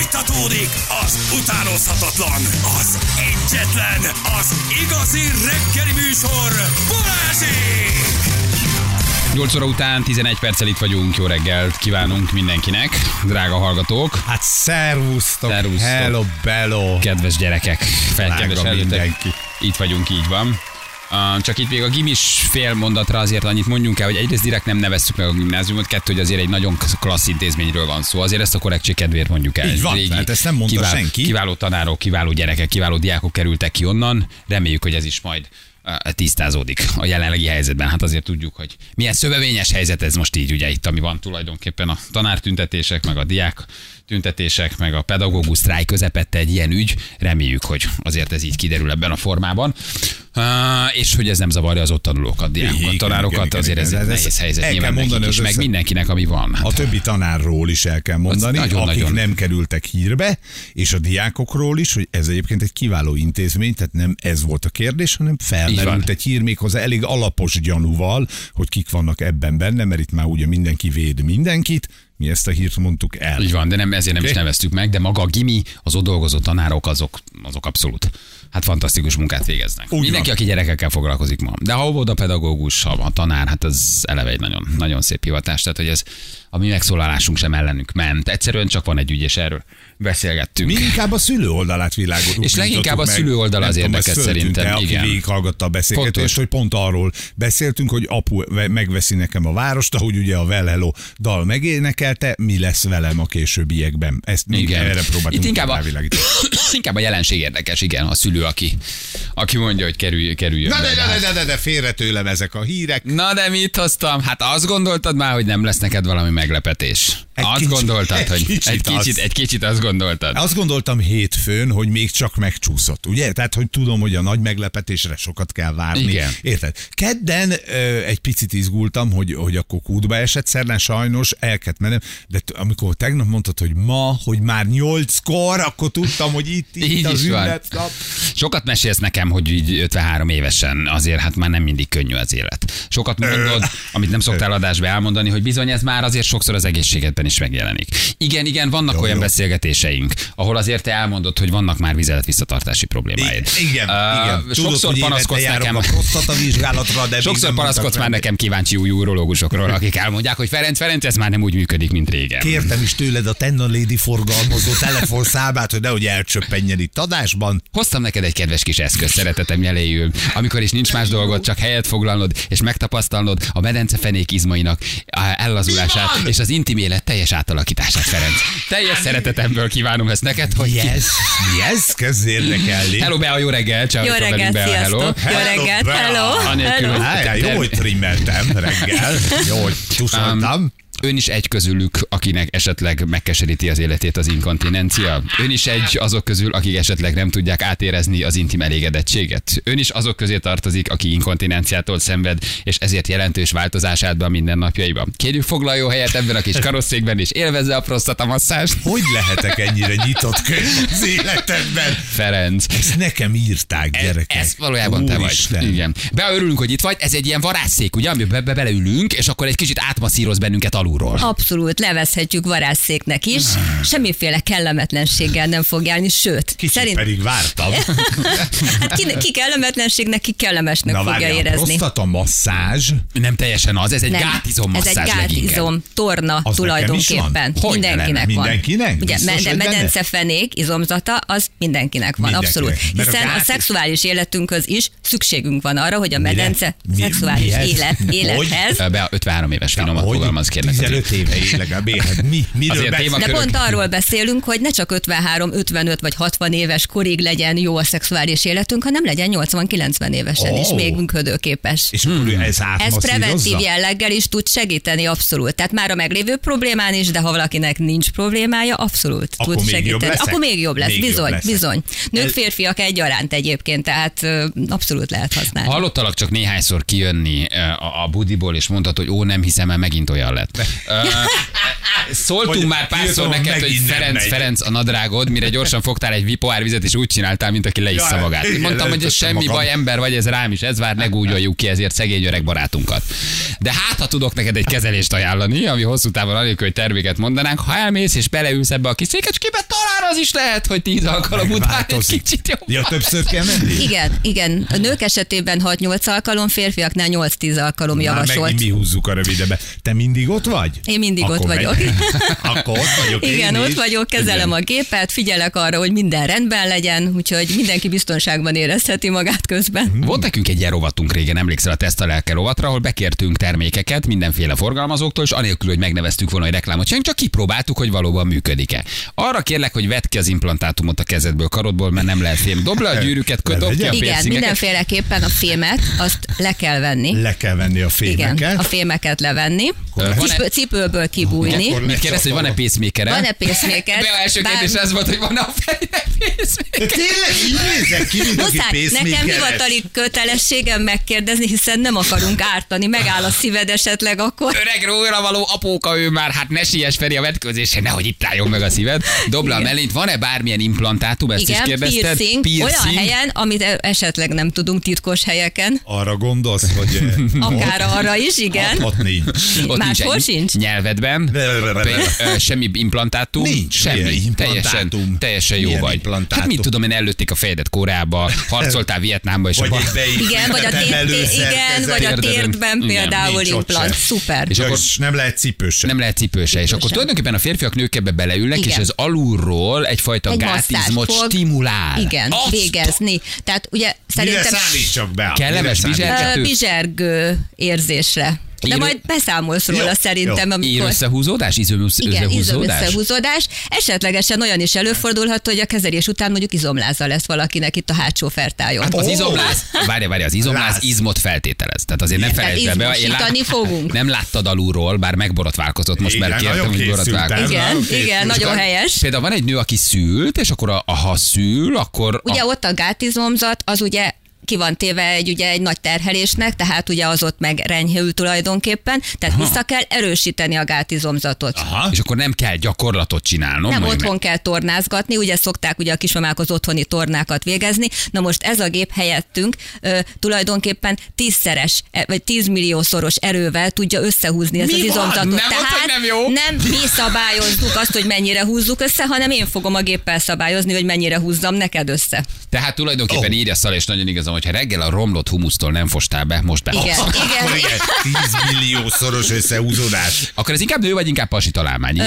Fújtatódik az utánozhatatlan, az egyetlen, az igazi reggeli műsor, Balázsék! 8 óra után 11 perccel itt vagyunk. Jó reggelt kívánunk mindenkinek, drága hallgatók. Hát szervusztok, Szervusztok. hello bello. Kedves gyerekek, fel, Drága kedves felnőttek. mindenki. Itt vagyunk, így van. Ah, Csak itt még a gimis fél mondatra azért annyit mondjunk el, hogy egyrészt direkt nem nevezzük meg a gimnáziumot, kettő, hogy azért egy nagyon klassz intézményről van szó. Azért ezt a korrektség kedvéért mondjuk el. Így van, tehát ezt nem mondta kiváló, senki. Kiváló tanárok, kiváló gyerekek, kiváló diákok kerültek ki onnan. Reméljük, hogy ez is majd ah, tisztázódik a jelenlegi helyzetben. Hát azért tudjuk, hogy milyen szövevényes helyzet ez most így, ugye itt, ami van tulajdonképpen a tanártüntetések, meg a diák tüntetések, meg a pedagógus sztrájk közepette egy ilyen ügy. Reméljük, hogy azért ez így kiderül ebben a formában. Ah, és hogy ez nem zavarja az ott tanulókat, diákokat, Igen, igen, tanárokat, igen, azért ez igen. egy Ez- nehéz helyzet el nyilván kell nekik mondani is, az meg össze- mindenkinek, ami van. Hát A többi tanárról is el kell mondani, nagyon, akik nagyon. nem kerültek hírbe, és a diákokról is, hogy ez egyébként egy kiváló intézmény, tehát nem ez volt a kérdés, hanem Így van. felmerült egy hír méghozzá elég alapos gyanúval, hogy kik vannak ebben benne, mert itt már ugye mindenki véd mindenkit, mi ezt a hírt mondtuk el. Így van, de nem, ezért nem Oké. is neveztük meg, de maga a gimi, az ott dolgozó tanárok, azok, azok abszolút hát fantasztikus munkát végeznek. Úgy Mindenki, van. aki gyerekekkel foglalkozik ma. De ha óvoda pedagógus, ha a tanár, hát ez eleve egy nagyon, nagyon szép hivatás, tehát hogy ez a mi megszólalásunk sem ellenünk ment. Egyszerűen csak van egy ügy, és erről beszélgettünk. Mi inkább a szülő oldalát világot. És leginkább a szülő oldal az érdekes szerintem, Aki igen. végighallgatta a beszélgetést, Fontos. hogy pont arról beszéltünk, hogy apu ve- megveszi nekem a várost, ahogy ugye a Velelo dal megénekelte, mi lesz velem a későbbiekben. Ezt még Igen. erre próbáltunk Itt inkább a- rávilágítani. Inkább a jelenség érdekes, igen, a szülő, aki, aki mondja, hogy kerülj, kerüljön. Na be, de, hát- de, de, de, de félre tőlem ezek a hírek. Na de mit hoztam? Hát azt gondoltad már, hogy nem lesz neked valami meglepetés. Egy azt kicsi- gondoltad, egy hogy kicsit egy, kicsit, azt. egy kicsit azt gondoltad. Azt gondoltam hétfőn, hogy még csak megcsúszott, ugye? Tehát, hogy tudom, hogy a nagy meglepetésre sokat kell várni. Igen. Érted? Kedden ö, egy picit izgultam, hogy, hogy akkor kútba esett, szerdán sajnos el kellett mennem, de t- amikor tegnap mondtad, hogy ma, hogy már nyolckor, akkor tudtam, hogy itt, itt Így az is van. ünnepnap. Sokat mesélsz nekem, hogy így 53 évesen azért hát már nem mindig könnyű az élet. Sokat mondod, amit nem szoktál adásba elmondani, hogy bizony ez már azért sokszor az egészségedben is megjelenik. Igen, igen, vannak jó, olyan jó. jó. beszélgetéseink, ahol azért te elmondod, hogy vannak már vizelet visszatartási problémáid. I- igen, Ö, igen. Sokszor hogy évente panaszkodsz járok nekem. a prostata vizsgálatra, de még Sokszor nem panaszkodsz mondtak már rá. nekem kíváncsi új urológusokról, akik elmondják, hogy Ferenc Ferenc, ez már nem úgy működik, mint régen. Kértem is tőled a Tenna Lady forgalmazó telefonszámát, hogy nehogy elcsöppenjen itt adásban. Hoztam neked egy kedves kis eszköz, szeretetem jeléjül, amikor is nincs más dolgod, csak helyet foglalnod és megtapasztalnod a medencefenék izmainak á, ellazulását és az intim élet teljes átalakítását, Ferenc. Teljes szeretetemből kívánom ezt neked, hogy Mi ez? Mi ez? Kezd érdekelni. Hello, Bea, jó reggel! Ciao, Jó itt van velünk reggelt, Bea, hello. sziasztok! Jó Hello, reggelt, Bea. hello! Anélkül, hello. Hát, jó, hogy trimmeltem reggel. Jó, hogy csuszoltam. Um, Ön is egy közülük, akinek esetleg megkeseríti az életét az inkontinencia. Ön is egy azok közül, akik esetleg nem tudják átérezni az intim elégedettséget. Ön is azok közé tartozik, aki inkontinenciától szenved, és ezért jelentős változás állt be a mindennapjaiban. Kérjük foglaljon helyet ebben a kis karosszékben, és élvezze a prosztatamasszást. Hogy lehetek ennyire nyitott könyv az életemben? Ferenc. Ezt nekem írták, gyerekek. Ez valójában te vagy. Úristen. Igen. Beörülünk, hogy itt vagy. Ez egy ilyen varázsszék, ugye, amiben be- beleülünk, és akkor egy kicsit átmasszíroz bennünket alulról. Abszolút, levezhetjük varázsszéknek is. Semmiféle kellemetlenséggel nem fog járni, sőt, Ah. Kicsit pedig vártam. hát ki, ki kellemetlenségnek, ki kellemesnek Na fogja várjál, a érezni. prostata masszázz, Nem teljesen az, ez egy Nem. gátizom Ez egy masszázs leginkább. gátizom, torna Az nekem tulajdonképpen. is Hogyne van? mindenkinek lenne? van. Mindenkinek? Ugye, Biztos, me- de hogy benne? medencefenék, izomzata, az mindenkinek van, Mindenkinek. abszolút. Mert a Hiszen a, gát- szexuális életünkhöz is szükségünk van arra, hogy a medence Mi- szexuális mihez? élet, Hogy? élethez Be a 53 éves finoman hogy fogalmaz, kérlek. 15 éve élek a béhez. Hát Mi? Miről Azért téma- beszélünk? De körök. pont arról beszélünk, hogy ne csak 53, 55 vagy 60 éves korig legyen jó a szexuális életünk, hanem legyen 80-90 évesen is Ó. még működőképes. És akkor Hmm. ez Ez átmasszírozza? preventív jelleggel is tud segíteni, abszolút. Tehát már a meglévő problémán is, de ha valakinek nincs problémája, abszolút Akkor tud még jobb segíteni. leszek? Akkor még jobb lesz, Még jobb bizony, leszek. bizony. Nők, Ez- férfiak egyaránt egyébként, tehát ö, abszolút lehet használni. eh, Hallottalak csak néhányszor kijönni ö, a, a budiból, és mondtad, hogy ó, nem hiszem, mert megint olyan lett. Ö, Szóltunk Hogy már párszor írtam, neked, hogy megint nem Ferenc, megy. Ferenc a nadrágod, mire gyorsan fogtál egy vipoárvizet, és úgy csináltál, mint aki leissza Jaj, magát. igen, Mondtam, hogy ez leöntöttem semmi magam. baj, ember vagy, ez rám is, ez vár, ne gúnyoljuk ki ezért szegény öreg barátunkat. De hát, ha tudok neked egy kezelést ajánlani, ami hosszú távon anélkül, hogy terméket mondanánk, ha elmész és beleülsz ebbe a kis székecskébe, talán az is lehet, hogy tíz alkalom után egy Megváltozik. kicsit jobb. Ja, többször kell menni? Igen, igen. A nők esetében 6-8 alkalom, férfiaknál 8-10 alkalom Már javasolt. megint mi húzzuk a rövidebe. Te mindig ott vagy? Én mindig Akkor ott megy. vagyok. Akkor ott vagyok Igen, én ott is. vagyok, kezelem Igen. a gépet, figyelek arra, hogy minden rendben legyen, úgyhogy mindenki biztonságban érezheti magát közben. Volt nekünk egy ilyen rovatunk régen, emlékszel a Teszta Lelke rovatra, ahol bekértünk termékeket mindenféle forgalmazóktól, és anélkül, hogy megneveztük volna, hogy reklámot csináljunk, csak kipróbáltuk, hogy valóban működik-e. Arra kérlek, hogy vedd ki az implantátumot a kezedből, karodból, mert nem lehet fém. Dobd le a gyűrűket, kö- dobd ki a Levegyem? Igen, piercingeket. mindenféleképpen a fémet, azt le kell venni. Le kell venni a fémeket. Igen, a fémeket levenni, le- Cipő, cipőből kibújni. Akkor Mit kérdez, hogy van-e pészmékere? Van-e pacemaker? Be első Bár- kérdés ez volt, hogy van-e a fejre De pészmékere. tényleg így nézek ki, mint aki Muszáj, nekem pacemakeres. hivatali kötelességem megkérdezni, hiszen nem akarunk ártani, megáll a szíved esetleg akkor. Öreg róla való apóka ő már, hát ne siess Feri a vetközésre, nehogy itt álljon meg a szíved. Dobd le a Igen. mellényt, van-e bármilyen implantátum, ezt is Igen, kérdezted? piercing, olyan helyen, amit e- esetleg nem tudunk titkos helyeken, Arra gondolsz, hogy... eh, Hm. akár arra is, Ott, igen. ott nincs. Máshol egy sincs? Nyelvedben, pe- ö, semmi implantátum, Nincs. Milyen semmi, teljesen, implantátum? teljesen jó Milyen vagy. implantátum? Hát mit tudom én, előtték a fejedet Koreába, harcoltál Vietnámba, és Vagy a egy beépített Igen, vagy a, tér, emelőszerkezet. igen, vagy a Térdeden. térdben Igen, például nincs ott implant. se. Szuper. És Ja, akkor- és nem lehet cipős. nem lehet cipőse, és akkor tulajdonképpen a férfiak nők ebbe beleülnek, Igen. és ez alulról egyfajta Egy gátizmot masszázs fog. stimulál. Igen, Azt végezni. Tehát ugye Mire szerintem szállítsak be? Kellemes Mire bizser- szállítsak? ö, Kettő. bizsergő érzésre. De Író- majd beszámolsz róla Jó, szerintem, jó. Ír amikor... összehúzódás, izom Igen, összehúzódás. izomösszehúzódás. Esetlegesen olyan is előfordulhat, hogy a kezelés után mondjuk izomláza lesz valakinek itt a hátsó fertájon. Hát az Ó! izomláz, várja, várja, az izomláz Láz. izmot feltételez. Tehát azért nem Tehát felejtsd be. izmosítani fogunk. Nem láttad alulról, bár megborotválkozott, most már Igen, kértem, nagyon hogy készültem. borotválkozott. Igen, Oké, igen, most nagyon Csak a- helyes. Például van egy nő, aki szült, és akkor a, a, ha szül, akkor... Ugye a, ott a gátizomzat, az ugye ki van téve egy, ugye egy nagy terhelésnek, tehát ugye az ott meg renyhül tulajdonképpen, tehát vissza kell erősíteni a gátizomzatot. Aha. és akkor nem kell gyakorlatot csinálnom. Nem majd otthon kell tornázgatni, ugye szokták ugye a kismamák az otthoni tornákat végezni, na most ez a gép helyettünk ö, tulajdonképpen tízszeres, e, vagy tízmilliószoros erővel tudja összehúzni ezt Mi az van? izomzatot. Nem mondtad, Tehát nem jó? nem mi szabályozzuk azt, hogy mennyire húzzuk össze, hanem én fogom a géppel szabályozni, hogy mennyire húzzam neked össze. Tehát tulajdonképpen oh. Oh. írja Szal, és nagyon igazam, hogyha reggel a romlott humusztól nem fostál be, most be. Igen, igen. Akkor igen, 10 milliószoros összehúzódás. Akkor ez inkább nő, vagy inkább pasi találmány? Ö,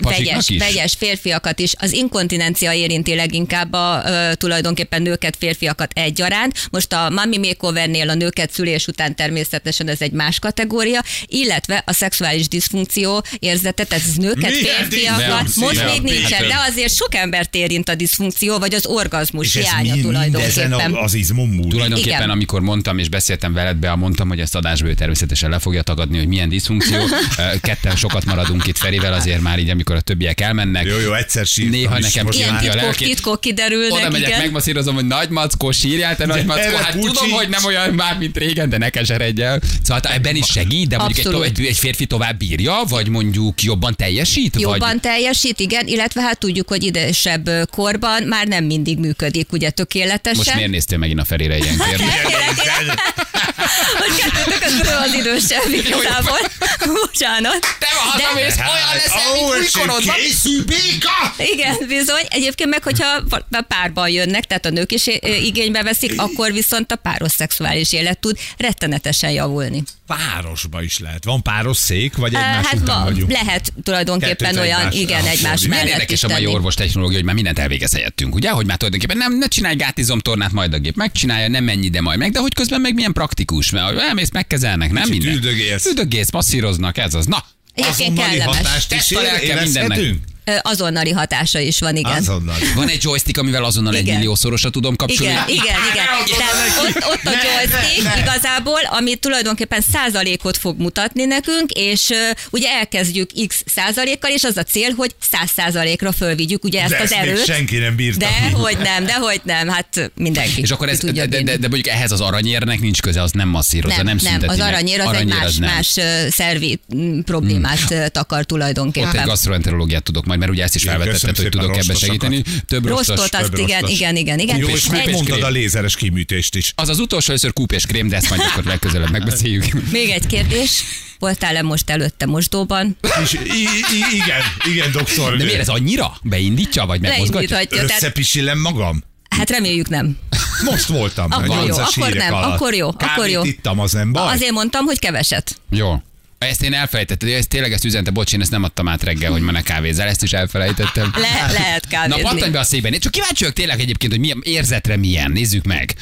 pasiknak vegyes, is? vegyes férfiakat is. Az inkontinencia érinti leginkább a, ö, tulajdonképpen nőket, férfiakat egyaránt. Most a mami makeovernél a nőket szülés után természetesen ez egy más kategória, illetve a szexuális diszfunkció érzete, tehát ez nőket, Milyen férfiakat, diszfunkció? most még Nem, nincsen, Péter. de azért sok embert érint a diszfunkció, vagy az orgazmus És ez hiánya mind- mindezen tulajdonképpen. a- az izmom múlik. Tulajdonképpen, Igen. Igen. amikor mondtam és beszéltem veled, be, mondtam, hogy ezt adásból ő természetesen le fogja tagadni, hogy milyen diszfunkció. Ö, Ketten sokat maradunk itt Ferivel, azért már így, amikor a többiek elmennek. Jó, jó, egyszer sírtam Néha is, nekem most Ilyen már- kimenti a titkok, lelkét. titkok kiderülnek, Oda megyek, igen. megmasszírozom, hogy nagy mackó, sírjál te nagy mackó. erre Hát tudom, pucsíts. hogy nem olyan már, mint régen, de ne keseredj el. Szóval hát ebben is segít, de mondjuk egy, to- Abszolút. egy, egy, férfi tovább bírja, vagy mondjuk jobban teljesít? Jobban Vagy... teljesít, igen, illetve hát tudjuk, hogy idősebb ö, korban már nem mindig működik, ugye tökéletesen. Most miért néztél megint a Ferire ilyen Hát kérdést? Hogy kettőtök az ő az idősebb igazából. Bocsánat. Te van hazamész, olyan leszel, mint Ó, és újkorodban. Készül béka! Igen, bizony. Egyébként meg, hogyha va- párban jönnek, tehát a nők is é- igénybe veszik, akkor viszont a páros szexuális élet tud rettenetesen javulni. Párosba is lehet. Van páros szék, vagy Ö, egymás Hát után van, vagyunk? lehet tulajdonképpen Kettőt olyan, egymásra igen, egymás fordítani. Milyen mellett is érdekes a mai tenni. orvos technológia, hogy már mindent elvégez helyettünk, ugye? Hogy már tulajdonképpen nem, ne csinálj gátizomtornát, majd a gép megcsinálja, nem mennyi, de majd meg, de hogy közben meg milyen praktikus, mert hogy elmész, megkezelnek, nem Kicsit minden. üldögélsz. Üldögélsz, masszíroznak, ez az. Na, Egyébként Azonnali kellemes. hatást is Teszt a lelke mindennek. érezhetünk? ö, azonnali hatása is van, igen. Azonnal. Van egy joystick, amivel azonnal egy Igen. milliószorosra tudom kapcsolni. Igen, igen, Hát, igen. Tehát ott, ott a joystick igazából, ami tulajdonképpen százalékot fog mutatni nekünk, és ö, ugye elkezdjük x százalékkal, és az a cél, hogy száz százalékra fölvigyük ugye ezt De az ezt még erőt. senki nem bírta. De hogy nem, de hogy nem, hát mindenki. És akkor ki ez, tudja de, de, de, bírni. de, mondjuk ehhez az aranyérnek nincs köze, az nem masszírozza, nem, nem, nem, szünteti az meg. aranyér az egy Aranyér más, nem. más ö, szervi mm, problémát hmm. takar Ott egy tulajdonképpen. gasztroenterológiát tudok majd, mert ugye ezt is Igen, felvetetted, köszönöm hogy tudok szépen, ebbe rostosokat. segíteni. Több rostos. Rostot, azt több igen, rostos. igen, igen, igen. Jó, és Kupés Egy- megmondtad krém. a lézeres kiműtést is. Az az utolsó először kúpés krém, de ezt majd akkor legközelebb megbeszéljük. Még egy kérdés. Voltál-e most előtte mosdóban? És, i- i- igen, igen, doktor. De miért ez annyira? Beindítja, vagy megmozgatja? Leindíthatja. Tehát, Összepisillem magam? hát reméljük nem. Most voltam. Akkor a jó, 8-as akkor hírek nem, alatt. akkor jó, Kávét akkor jó. ittam, az nem baj. Azért mondtam, hogy keveset. Jó. Ezt én elfelejtettem, ezt tényleg ezt üzente, bocs, én ezt nem adtam át reggel, hogy ma ne kávézzel, ezt is elfelejtettem. Hát, Le- lehet Na, kávézni. pattanj be a szépen. Én csak kíváncsi vagyok tényleg egyébként, hogy milyen érzetre milyen. Nézzük meg,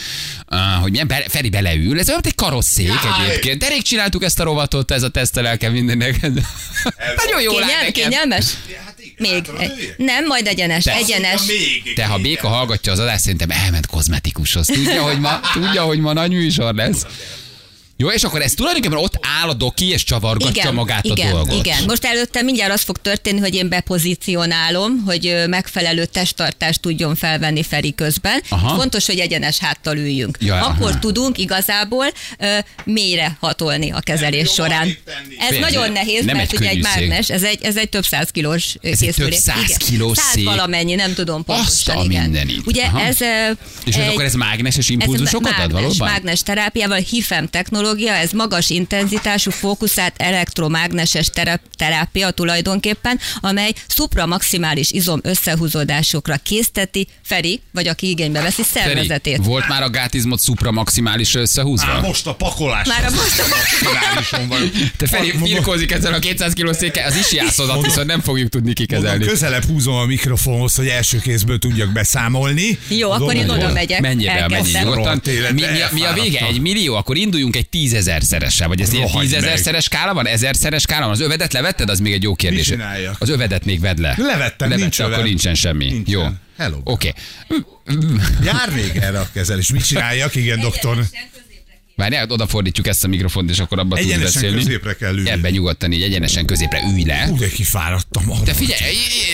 uh, hogy milyen be, Feri beleül. Ez olyan, mint egy karosszék egyébként. De rég csináltuk ezt a rovatot, ez a tesztelelke mindennek. Nagyon jó áll Kényel, neked. kényelmes? Még. Nem, majd egyenes, Te- egyenes. De ha Béka hallgatja az adást, szerintem elment kozmetikushoz. Tudja, hogy ma, tudja, hogy ma nagy műsor lesz. Jó, és akkor ez tulajdonképpen ott áll a doki, és csavargatja Igen, magát igen, a dolgot. igen. Most előtte mindjárt az fog történni, hogy én bepozícionálom, hogy ö, megfelelő testtartást tudjon felvenni Feri közben. Aha. Fontos, hogy egyenes háttal üljünk. Ja, Akkor aha. tudunk igazából ö, mélyre hatolni a kezelés Nem jó során. arrébb tenni. Ez Tényleg, nagyon nehéz, nem mert egy ugye egy könnyű szék. mágnes, ez egy, ez egy több száz kilós ö, Ez egy több készülék. száz Igen. kilós Száz szék. valamennyi, nem tudom Azt a pontosan. igen. mindenit. Ugye Aha. ez... ö, És egy- akkor ez mágneses impulzusokat mágnes, ad valóban? Mágnes terápiával, HIFEM technológia, ez magas intenzitású fókuszált elektromágneses terep- terápia tulajdonképpen, amely szupramaximális izom összehúzódásokra készteti Feri, vagy aki igénybe veszi Feri, szervezetét. volt már a gátizmot szupra maximális összehúzva? Már most a pakolás. Már a most pakolás. van. Te Feri Mondom- birkózik ezzel a 200 kiló székkel, az is játszódat, viszont nem fogjuk tudni Mondom, kikezelni. közelebb húzom a mikrofonhoz, hogy első kézből tudjak beszámolni. Jó, akkor én Gondolom. oda megyek. Menjél be, Elkezdem. menjél nyugodtan. Rohadt életbe, Mi, mi, a- mi a vége? elfáradtam. Egy millió? Akkor induljunk egy tízezerszeressel. Vagy ez ilyen Rohadj meg. tízezerszeres skála van? Ezerszeres skála van? Az övedet levetted? Az még egy jó kérdés. csináljak? Az övedet még vedd le. Levettem, Levette, nincs akkor övem. nincsen semmi. Nincsen. Jó. Hello. Oké. Jár még erre a kezelés. Mit csináljak? Igen, doktor. Várjál, odafordítjuk ezt a mikrofont, és akkor abban tudunk Egyenesen beszélni. középre kell ülni. Ebben nyugodtan így egyenesen középre ülj le. Úgy, de kifáradtam. De figyelj,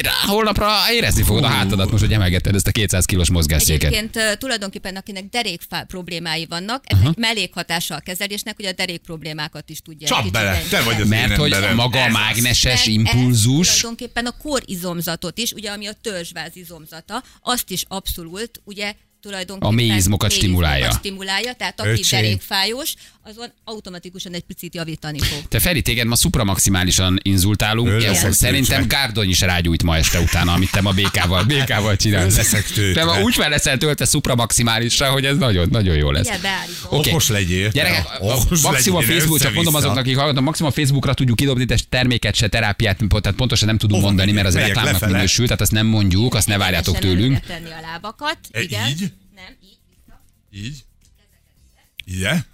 rá holnapra érezni fogod a hátadat most, hogy emelgeted ezt a 200 kilós mozgásszéket. Egyébként ö, tulajdonképpen akinek derékfá problémái vannak, ez egy mellékhatása a kezelésnek, hogy a derék problémákat is tudja. egy Csap kicsit bele, te vagy az Mert én hogy emberem. maga a Ez az. mágneses Meg ez impulzus, Tulajdonképpen a korizomzatot is, ugye ami a törzsváz izomzata, azt is abszolút, ugye tulajdonképpen A mély izmokat stimulálja. stimulálja, tehát aki Öcsém. derékfájós, azon automatikusan egy picit javítani fog. Te Feri, téged ma szupramaximálisan inzultálunk. Ő Én leszek tűzve. szerintem Gárdony is rágyújt ma este utána, amit te ma békával, békával csinálsz. Ő leszek tőtve. Te ma úgy fel leszel töltve szupramaximálisra, hogy ez nagyon, nagyon jó lesz. Ugye, beállítom. Oké. Okos legyél. Gyerekek, Ja, a- okos maximum a legyél, Facebook, csak össze-vissza. mondom azoknak, akik hallgatnak, maximum a Facebookra tudjuk kidobni, de terméket se, terápiát, tehát pontosan nem tudunk Hova mondani, mert az megyek? reklámnak Lefele? minősül, tehát azt nem mondjuk, azt ne várjátok Egyenesen tőlünk. előre tenni a lábakat. E, igen. így? Nem, így. Így? Hát Igen?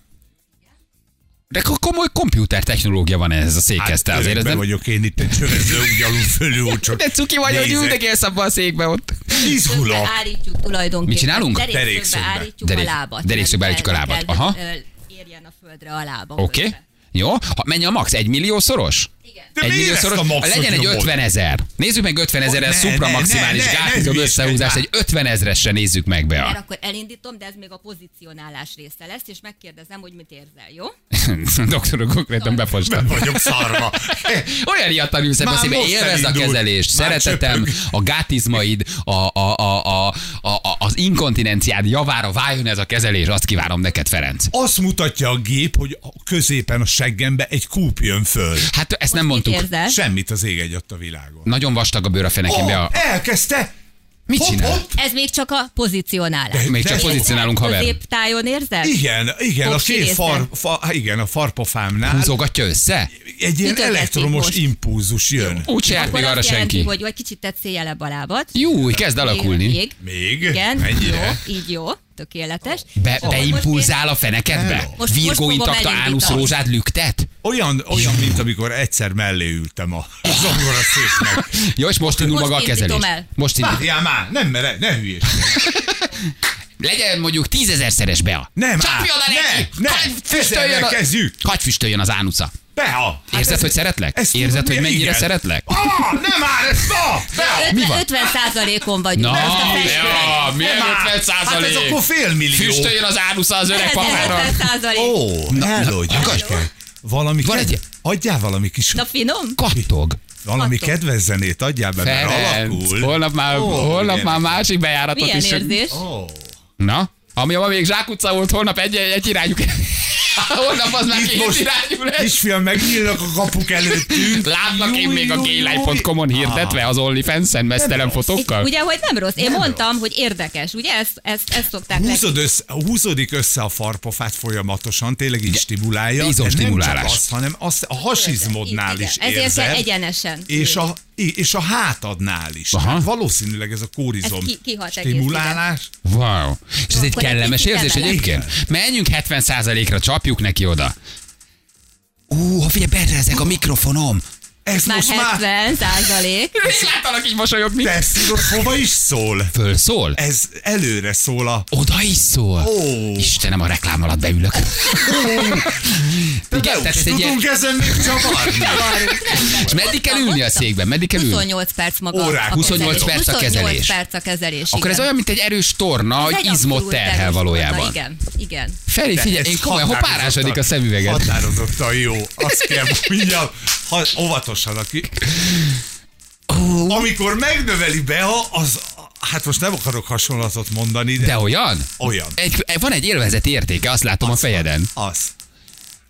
De ko- komoly komputer technológia van ez a székhez, te azért ez örökben nem... vagyok én itt egy csövező, úgy alul fölül, csak De cuki vagy, hogy nézek. ültek élsz abban a székbe ott. Izgulok. Szögbe állítjuk tulajdonképpen. Mit csinálunk? Derékszögbe Derékszögbe. állítjuk Derék- a lábat. derékszögbe Nem állítjuk a kell- lábat. nem Aha. kell, ö, Érjen a földre a lába. Oké? közben. Jó? Ha menj a max, egy milliószoros? Igen. De egy miért ezt a maxot legyen egy nyomod? 50 ezer. Nézzük meg 50 ezerrel Ne, szupra ne, maximális ne, ne, ne gátizom hülyéskedj összehúzást, már. egy 50 ezresre nézzük meg mert be. akkor elindítom, de ez még a pozícionálás része lesz, és megkérdezem, hogy mit érzel, jó? Doktorok konkrétan Nem befostam. vagyok szarva. Olyan riadtan ülsz ebbe Már szépen, most élvezd a elindult. kezelést, Már szeretetem, csöpög. a gátizmaid, a, a, a, a, a, a, az inkontinenciád javára váljon ez a kezelés, azt kívánom neked, Ferenc. Azt mutatja a gép, hogy a középen a seggembe egy kúp jön föl. Hát ezt nem Most mit mondtuk. Érzel? Semmit az ég egy ott a világon. Nagyon vastag a bőr a fenekén, be a... Oh, elkezdte! Mit Hopp, csinál? hopp. Ez még csak a pozícionálás. Még csak De- pozícionálunk, haver. Középtájon érzel? Igen, igen, a két Popsirészben. far, fa, igen, a farpofámnál Húzogatja össze? egy ilyen Ütögetik elektromos most. impulzus jön. Úgy se járt hát Akkor még arra azt jelenti, senki. hogy vagy kicsit tetsz széjelebb a lábat. Jó, kezd alakulni. Még. Még? Igen, Mennyire? jó, így jó, tökéletes. Be, És akkor most én- beimpulzál a fenekedbe? Most- most Virgó fogom intakta elindítani. ánuszrózsát lüktet? olyan, olyan, mint amikor egyszer mellé ültem a zongora széknek. Jó, és most indul Most maga a indítom kezelés. el. Most indít. Várjál már, nem mere, ne hülyés. Legyen mondjuk tízezerszeres Bea. Nem, Csapjon á, a legyek! ne, ne, Hagy füstöljön ezzel a... kezdjük. Hagy füstöljön az ánuca. Beha! Hát Érzed, ez- hogy szeretlek? ezt Érzed, tudod, hogy milyen? mennyire Igen. szeretlek? Ah, nem már, ez ma! Beha! Mi van? 50 százalékon vagyunk. Na, Ezt a felső- ja, milyen Nem áll. 50 Hát ez százalék? akkor félmillió. Füstöljön az ánusza az öreg Ez papára. 50 százalék. Ó, hello, gyerekek. Valami Van kedv- egy- Adjál valami kis, Na finom? Kattog. valami attól. kedvenc zenét, adjál be, mert Ferenc, alakul. holnap már, Ó, holnap igen. már másik bejáratot Milyen is. érzés? Ó, Na? Ami ma még zsákutca volt, holnap egy, egy irányú kell. Holnap az már Itt két most, irányú lesz. kisfiam, megnyílnak a kapuk előttünk. Látnak én Júj, még a júj, gaylife.com-on júj. hirdetve az OnlyFans-en mesztelen Egy- fotókkal? Ugye, hogy nem rossz? Én mondtam, hogy érdekes. Ugye ezt, ezt, ezt szokták neki. Húzod össze, húzódik össze a farpofát folyamatosan, tényleg így stimulálja. Izom de nem csak stimulálás. azt, hanem azt a hasizmodnál is Ezért kell érzed, egyenesen. És a, és a hátadnál is. Aha. Hát valószínűleg ez a kórizom Ez ki- kihat egész, stimulálás. Wow. És ez egy Akkor egy kellemes kicsit érzés emelek. egyébként? Menjünk 70%-ra, csapjuk neki oda. Ú, ha figyelj, berrezek a mikrofonom. Ez Már most már 70 százalék. És láttalak így mosolyogni. te szívod, hova is szól. Fölszól? Ez előre szól a... Oda is szól. Ó. Istenem, a reklám alatt beülök. Igen, Te tehát ez egy ilyen... tudunk ezen még csavarni. És meddig kell ülni a székben? Meddig kell ülni? 28 perc maga. Órák, a 28 kezelés. perc a kezelés. 28 perc a kezelés. Akkor ez igen. olyan, mint egy erős torna, Ez hogy egy izmot abszolút terhel erős valójában. vonal, Igen, igen. Feri, figyelj, én Ez komolyan, ha határozottan- párásodik a szemüveget. Határozottan jó. Azt kell mindjárt, ha óvatosan aki. Amikor megnöveli Beha, az... Hát most nem akarok hasonlatot mondani, de, De olyan? olyan. Egy, van egy élvezeti értéke, azt látom a fejeden. Az.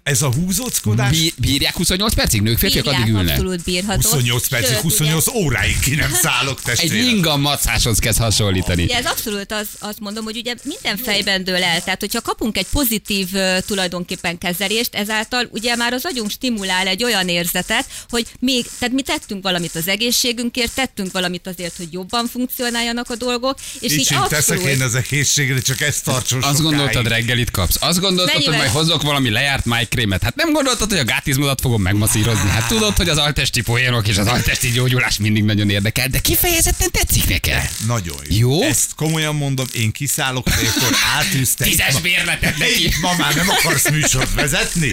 Ez a húzóckodás Bí- bírják 28 percig? Nők, férfiak Bírják, addig ülnek. abszolút bírható. 28 percig, Mm. Sőt, 28 óráig ki nem szállok Egy testvérem. inga macáshoz kezd hasonlítani. Ugye ez abszolút az, azt mondom, hogy ugye minden fejben dől el. Tehát, hogyha kapunk egy pozitív ö, tulajdonképpen kezelést, ezáltal ugye már az agyunk stimulál egy olyan érzetet, hogy még, tehát mi tettünk valamit az egészségünkért, tettünk valamit azért, hogy jobban funkcionáljanak a dolgok, és így, Így sem teszek abszolút... én az egészségre, csak ezt tartson Azt sokáig. gondoltad, reggelit kapsz. Azt gondoltad, Mennyivel? hogy majd hozok valami lejárt májkrémet. Hát nem gondoltad, hogy a gátizmodat fogom megmasszírozni. Hát tudod, hogy az altesti poénok és az altesti gyógyulás mindig nagyon érdekel, de kifejezetten tetszik neked. Nagyon jó. Jó? Ezt komolyan mondom, én kiszállok, akkor átűztek. Tízes bérletet De neki. itt ma már nem akarsz műsort vezetni?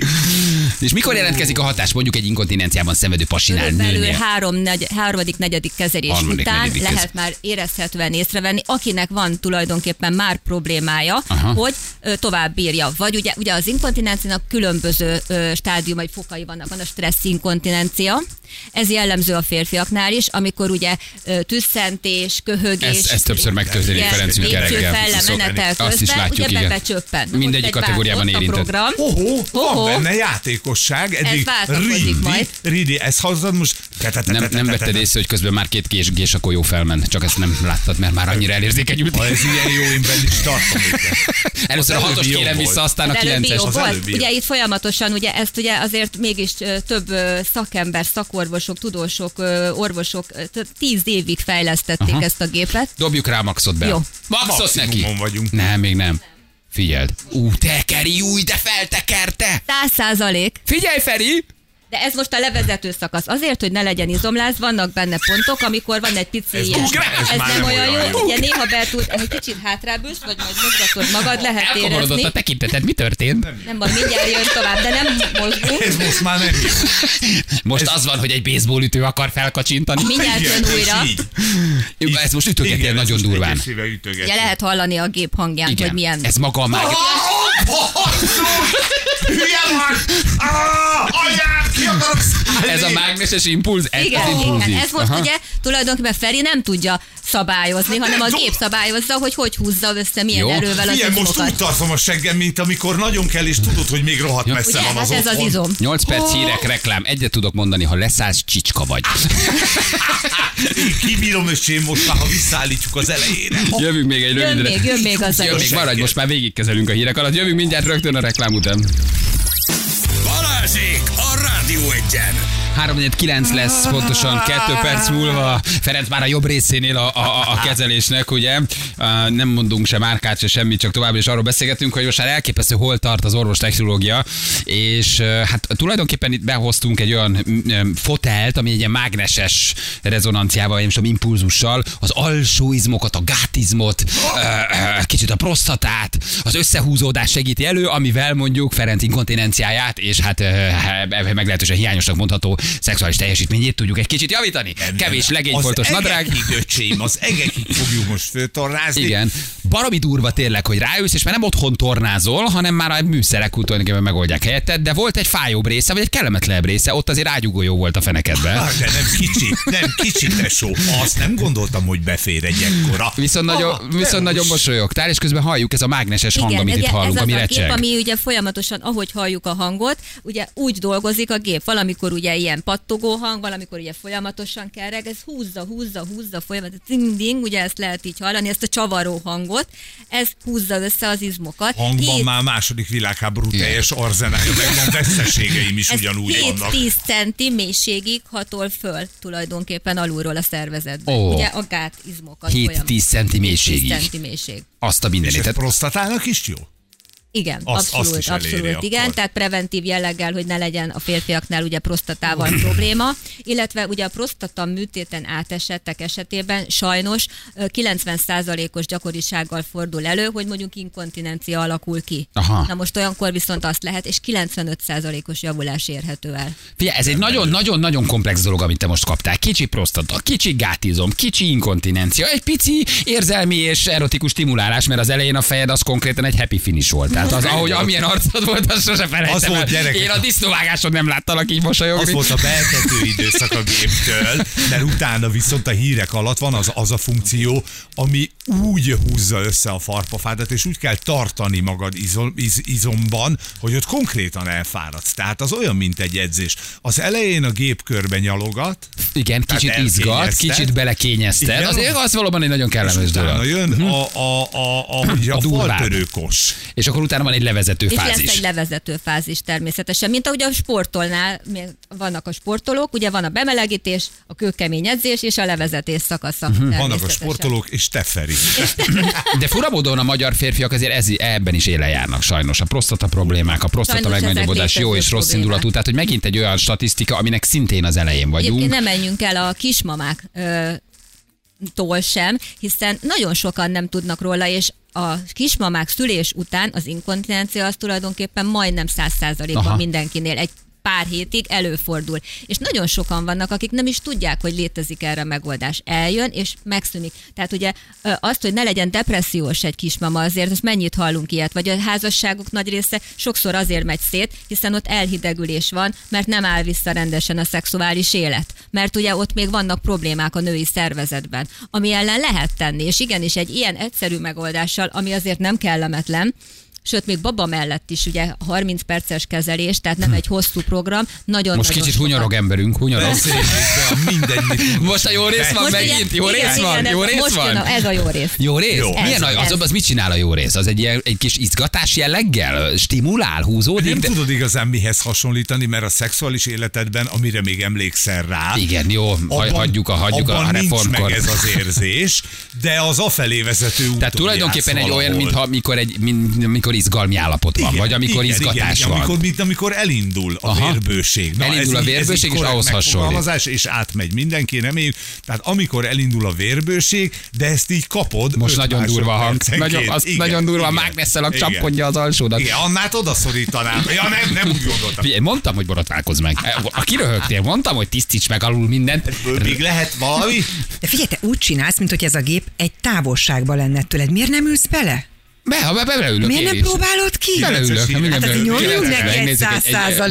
És mikor jelentkezik a hatás mondjuk egy inkontinenciában szenvedő pasinál Körülbelül nőnél? három, negy, háromadik, negyedik kezelés Harmadik, után negyedik lehet kez- már érezhetően észrevenni, akinek van tulajdonképpen már problémája, Aha. Aha. hogy ö, tovább bírja. Vagy ugye, ugye az inkontinenciának különböző ö, stádiumai, fokai vannak, van a stressz inkontinencia, ez jellemző a férfiaknál is, amikor ugye ö, tüsszentés, köhögés, Ez, ez többször megtörténik igen, Ferencünk lépcső reggel. fellemenetel Azt is közben, látjuk, ugye igen. bebecsöppen. Na, Mindegyik most egy kategóriában változott a érintett. program. Hoho, van Hoho. benne játékosság. Eddig váltakozik Ridi, majd. Ridi, ez hazad most. Nem, nem vetted észre, hogy közben már két kés, kés a golyó felment, csak ezt nem láttad, mert már annyira Ha elérzékenyültél. ez ilyen jó, én benne is tartom. őket. Először a előbbi hatos jobb kérem volt. vissza, aztán a Az előbbi kilences. jobb Az volt. előbbi jobb. Ugye itt folyamatosan, ugye ezt ugye azért mégis ö, több ö, szakember, szakorvosok, tudósok, ö, orvosok ö, több tíz évig fejlesztették Aha. ezt a gépet. Dobjuk rá maxot be. Jó. Maxot Szóval neki. Maximumon vagyunk. Nem, még nem. Figyeld. Ú, tekeri, új, de feltekerte. 100 százalék. Figyelj, Feri! De ez most a levezető szakasz. Azért, hogy ne legyen izomláz, vannak benne pontok, amikor van egy pici Ez ilyen. ugrás, ez ez már nem nem olyan olyan jó. jó. Ugye néha be tud, egy kicsit hátrább ülsz, vagy majd mozgatod magad, lehet Elkomorodott a Hát érezni. tekinteted, mi történt? Nem van, mindjárt jön tovább, de nem Ez mozgunk. most már nem jó. Most az van, hogy egy baseballütő akar felkacsintani. Mindjárt Igen, Hát jön és újra. így. Jó, Ezt most ütögetél Igen, ezt nagyon most durván. egyesével ütögetik. Ugye lehet hallani a gép hangján, Hát, hogy milyen. Ez maga a mágia. Hülye vagy! Ah, Anyád, ki akarok szállni! Ez a mágneses impulz, ez az Igen, impulzív. igen, ez most Aha. ugye tulajdonképpen Feri nem tudja szabályozni, hanem a nem gép szabályozza, hogy hogy húzza össze, milyen Hát Jó. erővel az Ilyen most úgy izmokat. tartom a seggem, mint amikor nagyon kell, és tudod, hogy még rohadt messze Ugye, van az hát ez az otthon. izom. 8 perc hírek, reklám. Egyet tudok mondani, ha leszállsz, csicska vagy. Én kibírom, és én most már, ha visszaállítjuk az elejére. Jövünk még egy Jön rövidre. még, jön még az a Jön még, maradj, most már végigkezelünk a hírek alatt. Jövünk mindjárt rögtön a reklám után. Balázsék a Rádió Egyen! 349 lesz pontosan kettő perc múlva. Ferenc már a jobb részénél a, a, a kezelésnek, ugye? Á, Nem mondunk se márkát, se semmit, csak tovább is arról beszélgetünk, hogy most már elképesztő, hol tart az orvos technológia, és ö, hát tulajdonképpen itt behoztunk egy olyan m, ö, fotelt, ami egy ilyen mágneses rezonanciával, nem tudom, impulzussal az alsó izmokat, a gátizmot, ö, ö, kicsit a prostatát, az összehúzódás segíti elő, amivel mondjuk Ferenc inkontinenciáját és hát ö, ö, meglehetősen hiányosnak mondható szexuális teljesítményét tudjuk egy kicsit javítani. Kevés legényfoltos az nadrág. egekig, öcsém, az egekig fogjuk most főtorrázni. Igen. Baromi durva tényleg, hogy ráülsz, és már nem otthon tornázol, hanem már a műszerek tulajdonképpen megoldják helyetted, de volt egy fájóbb része, vagy egy kellemetlenebb része, ott azért ágyugó jó volt a fenekedben. Ah, de nem kicsi, nem kicsi tesó. Azt nem gondoltam, hogy befér egy ekkora. Viszont nagyon, Ah, de viszont nagyon most. mosolyogtál, és közben halljuk ez a mágneses hang, amit ez, itt hallunk, ez ami az a recseg. gép, ami ugye folyamatosan, ahogy halljuk a hangot, ugye úgy dolgozik a gép. Valamikor ugye ilyen pattogó hang, valamikor ugye folyamatosan kereg, ez húzza, húzza, húzza folyamatosan, ding, ding, ugye ezt lehet így hallani, ezt a csavaró hangot, ez húzza össze az izmokat. Hangban Hét- már második világháború teljes arzenálja, meg van veszteségeim is ez ugyanúgy vannak. 7-10 centi mélységig hatol föl tulajdonképpen alulról a szervezetben. Ó. Ugye a gátizmokat. 7-10 centi mélységig. 10 centi mélység. Azt a És mindenit. ez Tehát prostatának is jó? Igen, Azt- azt abszolút, is eléri abszolút, igen. akkor. Tehát preventív jelleggel, hogy ne legyen a férfiaknál ugye prostatával probléma, illetve ugye a prostata műtéten átesettek esetében sajnos ö, 90%-os gyakorisággal fordul elő, hogy mondjuk inkontinencia alakul ki. Aha. Na most olyankor viszont azt lehet, és 95%-os javulás érhető el. Figyelj, ez egy nagyon-nagyon-nagyon komplex dolog, amit te most kaptál. Kicsi prostata, kicsi gátizom, kicsi inkontinencia, egy pici érzelmi és erotikus stimulálás, mert az elején a fejed az konkrétan egy happy finish volt. Tehát az, ahogy amilyen arcod volt, azt sose felejtem. Az volt, el. gyerekek. Én a disznóvágáson nem láttalak így mosolyogni. Az volt a beltető időszak a géptől, mert utána viszont a hírek alatt van az, az a funkció, ami úgy húzza össze a farpafádat, és úgy kell tartani magad izom, iz, izomban, hogy ott konkrétan elfáradsz. Tehát az olyan, mint egy edzés. Az elején a gép körbe nyalogat, Igen, kicsit Tehát izgat, elkényezted. kicsit belekényezted. Igen. Azért az valóban egy nagyon és kellemes utána dolog. jön a, a, a, a, ugye Mhm. a, A a durvább. faltörőkos. És akkor utána van egy levezető És fázis. lesz egy levezető fázis természetesen, mint ahogy a sportolnál mi- vannak a sportolók, ugye van a bemelegítés, a kőkemény edzés és a levezetés szakasza. Vannak a természetesen. sportolók, és te Feri. De fura módon a magyar férfiak azért ez, ebben is élen járnak sajnos. A prostata problémák, a prostata Sajnos ezek megnagyobbodás, jó és létező rossz problémák. indulatú. Tehát, hogy megint egy olyan statisztika, aminek szintén az elején vagyunk. Egyébként nem menjünk el a kismamák ö, tól sem, hiszen nagyon sokan nem tudnak róla, és a kismamák szülés után az inkontinencia az tulajdonképpen majdnem száz Aha. százalékban mindenkinél egy pár hétig előfordul. És nagyon sokan vannak, akik nem is tudják, hogy létezik erre a megoldás. Eljön és megszűnik. Tehát ugye ö, azt, hogy ne legyen depressziós egy kismama azért, azt mennyit hallunk ilyet, vagy a házasságok nagy része sokszor azért megy szét, hiszen ott elhidegülés van, mert nem áll vissza rendesen a szexuális élet. Mert ugye ott még vannak problémák a női szervezetben, ami ellen lehet tenni, és igenis egy ilyen egyszerű megoldással, ami azért nem kellemetlen, sőt, még baba mellett is ugye 30 perces kezelés, tehát nem egy hosszú program, nagyon Most kicsit hunyorog emberünk, hunyorog. Beszéljük be mindennyit. Most a jó rész van Most ugye- megint, jó igen, rész igen, van, ez- jó rész most jön van. a- Ez a jó rész. Jó rész? Jó, Jó. Milyen Ez- nagy, az, ez. az mit csinál a jó rész? Az egy, ilyen, egy kis izgatás jelleggel? Stimulál, húzódik? Nem De... tudod igazán mihez hasonlítani, mert a szexuális életedben, amire még emlékszel rá, Igen, jó, abban, hagyjuk a, hagyjuk abban a nincs reformkor. meg ez az érzés, de az afelé vezető úton Tehát tulajdonképpen jársz egy olyan, valahol. mintha amikor, egy, mint, amikor izgalmi állapot van, Igen, vagy amikor igen, izgatás igen, igen, van. Amikor, mint amikor elindul a Aha. Aha. vérbőség. Elindul a így- vérbőség, így és korrekt ahhoz hasonlít. megfogalmazás, és átmegy mindenki, reméljük. Tehát amikor elindul a vérbőség, de ezt így kapod. Most öt nagyon durva a hang. másodpercenként. Nagyon, azt nagyon durva, a mágnesszel igen. csapkodja az alsódat. Igen, Annát odaszorítanám. Ja, nem, nem úgy gondoltam. Figyelj, mondtam, hogy borotválkozz meg. A kiröhögtél, mondtam, hogy tisztíts meg alul mindent. Ebből még lehet valami? De figyelj, te úgy csinálsz, mint hogy ez a gép egy távolságban lenne tőled. Miért nem ülsz bele? Be, ha be, beleülök Miért én nem is. próbálod ki? Beleülök. ha Hát minden azért beleülök. nyomjunk neki egy Megnézzük egy- 100%-ot.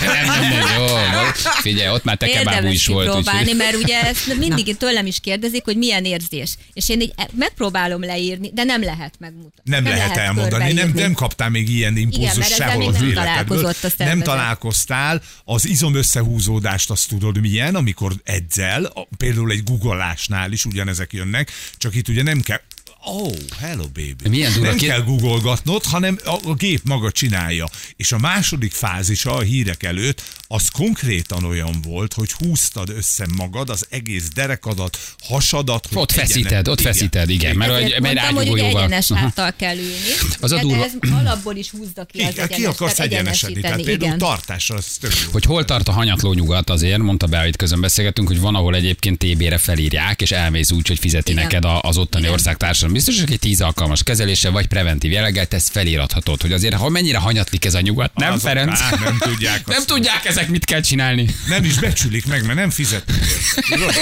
Ne, ne, ne, ne, Jó, jó. figyelj, ott már tekebábú Érdemes is volt. kipróbálni, úgyhogy- mert ugye ezt mindig tőlem is kérdezik, hogy milyen érzés. És én így e, megpróbálom leírni, de nem lehet megmutatni. Nem, nem lehet elmondani, nem, körbeírni. nem kaptál még ilyen impulzus mert ezzel sehol még az nem életedből. találkozott a szervezet. nem találkoztál, az izom összehúzódást azt tudod milyen, amikor edzel, a- például egy guggolásnál is ugyanezek jönnek, csak itt ugye nem kell Oh, hello baby. Milyen durva Nem kép- kell googolgatnod, hanem a, a gép maga csinálja. És a második fázisa a hírek előtt, az konkrétan olyan volt, hogy húztad össze magad, az egész derekadat, hasadat. hogy Ott egyenes- feszíted, ott Igen. feszíted, igen. Mert, Ezért hogy- mert mondtam, hogy ugye rágyugójóval. egyenes Aha. háttal kell ülni. Az a de durva- ez alapból is húzza ki Ki, az egyenes, ki akarsz tehát egyenesedni? Tehát például igen. tartásra az tök jó. Hogy hol tart a hanyatló nyugat azért, mondta be, itt közön beszélgetünk, hogy van, ahol egyébként TB-re felírják, és elmész úgy, hogy fizeti Igen. neked a- az ottani Igen. ország társadalom biztos, hogy egy tíz alkalmas kezelése, vagy preventív jelleggel tesz felirathatod, hogy azért, ha mennyire hanyatlik ez a nyugat, nem Azok Ferenc? már nem tudják Nem azt. tudják ezek, mit kell csinálni. Nem is becsülik meg, mert nem fizetnek.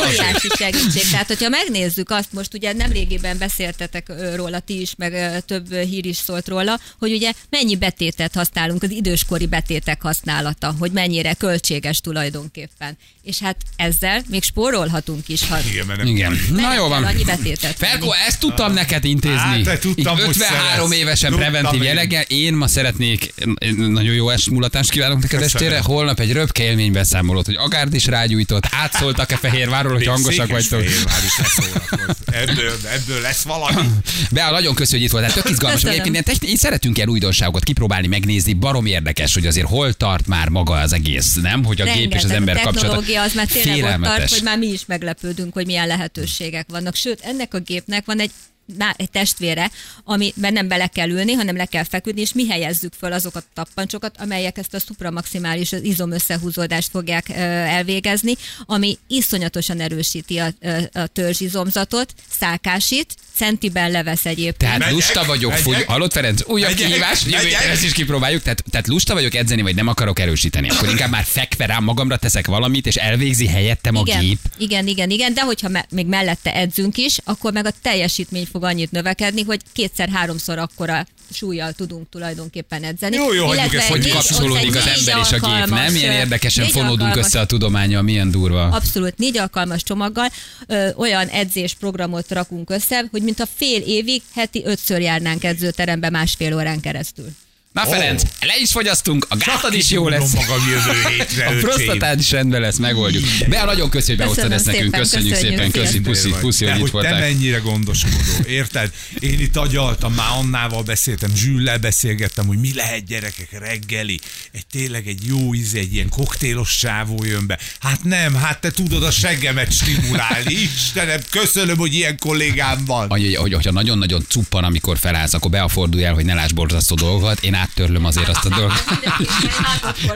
Óriási segítség. Tehát, hogyha megnézzük azt, most ugye nem régiben beszéltetek ö, róla ti is, meg ö, több ö, hír is szólt róla, hogy ugye mennyi betétet használunk, az időskori betétek használata, hogy mennyire költséges tulajdonképpen. És hát ezzel még spórolhatunk is, ha Igen, mert nem Igen. Na Mert jó van. kell annyi betétet Ferko, venni. ezt tudtam neked intézni. Á, Hát, te tudtam, Így hogy 53 szeretsz. évesen Tudtam preventív én. jelleggel. Én ma szeretnék, nagyon jó esmulatást kívánok neked Köszönöm. estére. Holnap egy röpke élmény beszámolót, hogy Agárd is rágyújtott, átszóltak-e Fehérvárról, hogy Még hangosak vagytok. Székesfehérvár is leszórakoz. Ebből, ebből lesz valami. Bea, nagyon köszi, hogy itt voltál. Tök izgalmas. Köszönöm. Egyébként ilyen techni- így szeretünk el újdonságokat kipróbálni, megnézni. Barom érdekes, hogy azért hol tart már maga az egész, nem? Hogy a gép és az Rengeteg ember kapcsolata. technológia az már tényleg ott tart, Félelmetes. hogy már mi is meglepődünk, hogy milyen lehetőségek vannak. Sőt, ennek a gépnek van egy má- egy testvére, amiben nem bele kell ülni, hanem le kell feküdni, és mi helyezzük föl azokat a tappancsokat, amelyek ezt a supramaximális izom összehúzódást fogják ö, elvégezni, ami iszonyatosan erősíti a, ö, a törzsizomzatot, szálkásít, centiben levesz egyébként. Tehát Megyek, lusta vagyok, megyek. fogy... Hallott Ferenc? Újabb Megyek, kihívás, jövő megyek. héten ezt is kipróbáljuk. Tehát, tehát lusta vagyok edzeni, vagy nem akarok erősíteni. Akkor inkább már fekve rám magamra teszek valamit, és elvégzi helyettem a igen, gép. Igen, igen, igen, de hogyha me- még mellette edzünk is, akkor meg a teljesítmény fog annyit növekedni, hogy kétszer-háromszor akkora súlyjal tudunk tulajdonképpen edzeni. Jó, jó, hagyjuk Illetve ezt, Hogy négy- kapcsolódik az négy ember és a gép, alkalmas, nem? Ilyen ö, érdekesen négy fonódunk alkalmas- össze a tudománya, milyen durva. Abszolút, négy alkalmas csomaggal ö, olyan edzésprogramot rakunk össze, hogy mint a fél évig heti ötször járnánk edzőterembe másfél órán keresztül. Na Ferenc, le is fogyasztunk, a gátad is jó Kibírom lesz. magam jövő hétre, A öcsém. prostatád is rendben lesz, megoldjuk. Bea, nagyon köszi, hogy behoztad Köszönöm ezt nekünk. szépen, Köszönjük köszönjük, szépen, köszi, szia. puszi, puszi, De hogy itt hogy te voltál. mennyire gondoskodó, érted? Én itt agyaltam, már Annával beszéltem, Zsüllel beszélgettem, hogy mi lehet gyerekek reggeli. Egy tényleg egy jó íz, egy ilyen koktélos sávó jön be. Hát nem, hát te tudod a seggemet stimulálni. Istenem, köszönöm, hogy ilyen kollégám van. Annyi, hogy, hogyha nagyon-nagyon cuppan, amikor felállsz, akkor beafordulj el, hogy ne láss borzasztó dolgokat, én áttörlöm azért azt a dolgot.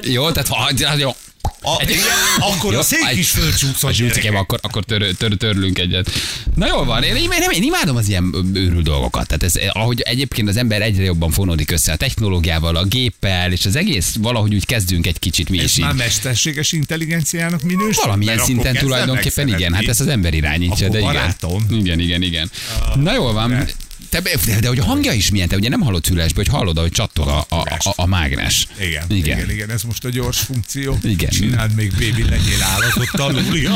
jó, tehát ha ha- jó. A, igen, akkor Jó, a szék egy- is fölcsúszott. A zsűcikem, gyerekek. akkor, akkor tör, tör, törlünk egyet. Na jól van, én, én, én, én imádom az ilyen őrült dolgokat. Tehát ez, eh, ahogy egyébként az ember egyre jobban fonódik össze a technológiával, a géppel, és az egész valahogy úgy kezdünk egy kicsit mi És is így. már mesterséges intelligenciának minősül? Valamilyen Mert akkor szinten kezdem tulajdonképpen megszeretni. igen, hát ezt az ember irányítja, Akkor de igen. barátom. Ah, Igen, igen, igen. Na jól van. de. Te, de, de hogy a hangja is milyen, te ugye nem hallod fülesbe, hogy hallod, ahogy csattog a, a, a, a mágnes. Igen, igen, igen, igen. igen, ez most a gyors funkció. Igen. Csináld még bébi, legyél állatot tanul. Jaj!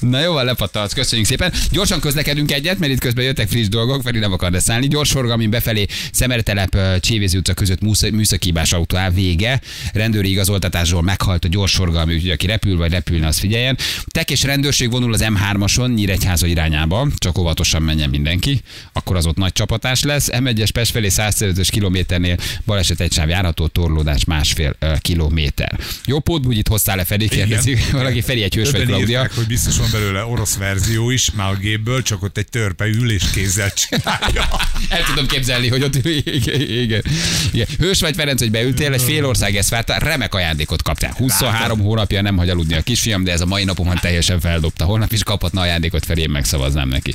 Na jó, van, lepattalsz, köszönjük szépen. Gyorsan közlekedünk egyet, mert itt közben jöttek friss dolgok, Feri nem akar leszállni. Gyors forgalmi befelé Szemertelep ö, Csévézi utca között musz- műszakibás autó áll vége. Rendőri igazoltatásról meghalt a gyors forgalmi, úgyhogy aki repül vagy repülne, az figyeljen. Tek és rendőrség vonul az M3-ason Nyíregyháza irányába, csak óvatosan menjen mindenki, akkor az ott nagy csapatás lesz. M1-es Pest felé 115-ös kilométernél baleset egy sáv járható, torlódás másfél ö, kilométer. Jó pótbugyit hoztál le Feri, kérdezik, valaki Feri egy hős vagy Többen Klaudia. írták, hogy biztos van belőle orosz verzió is, már a gépből, csak ott egy törpe ül és kézzel csinálja. El tudom képzelni, hogy ott igen, igen, igen. Hős vagy Ferenc, hogy beültél, egy fél ország ezt várta, remek ajándékot kaptál. 23 hónapja nem hagy aludni a kisfiam, de ez a mai napomon teljesen feldobta. Holnap is kaphatna ajándékot felé, én megszavaznám neki.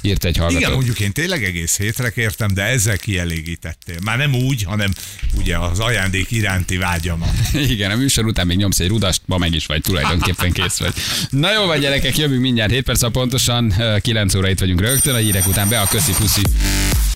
Írt egy hallgató. Igen, mondjuk én tényleg egész hétre kértem, de ezzel kielégítettél. Már nem úgy, hanem ugye az ajándék iránti vágyamat. Igen, a műsor után még nyomsz egy rudast, ma meg is vagy, tulajdonképpen kész vagy. Na jó vagy gyerekek, jövünk mindjárt 7 perc, pontosan 9 óra itt vagyunk rögtön, a hírek után be a köszi puszi.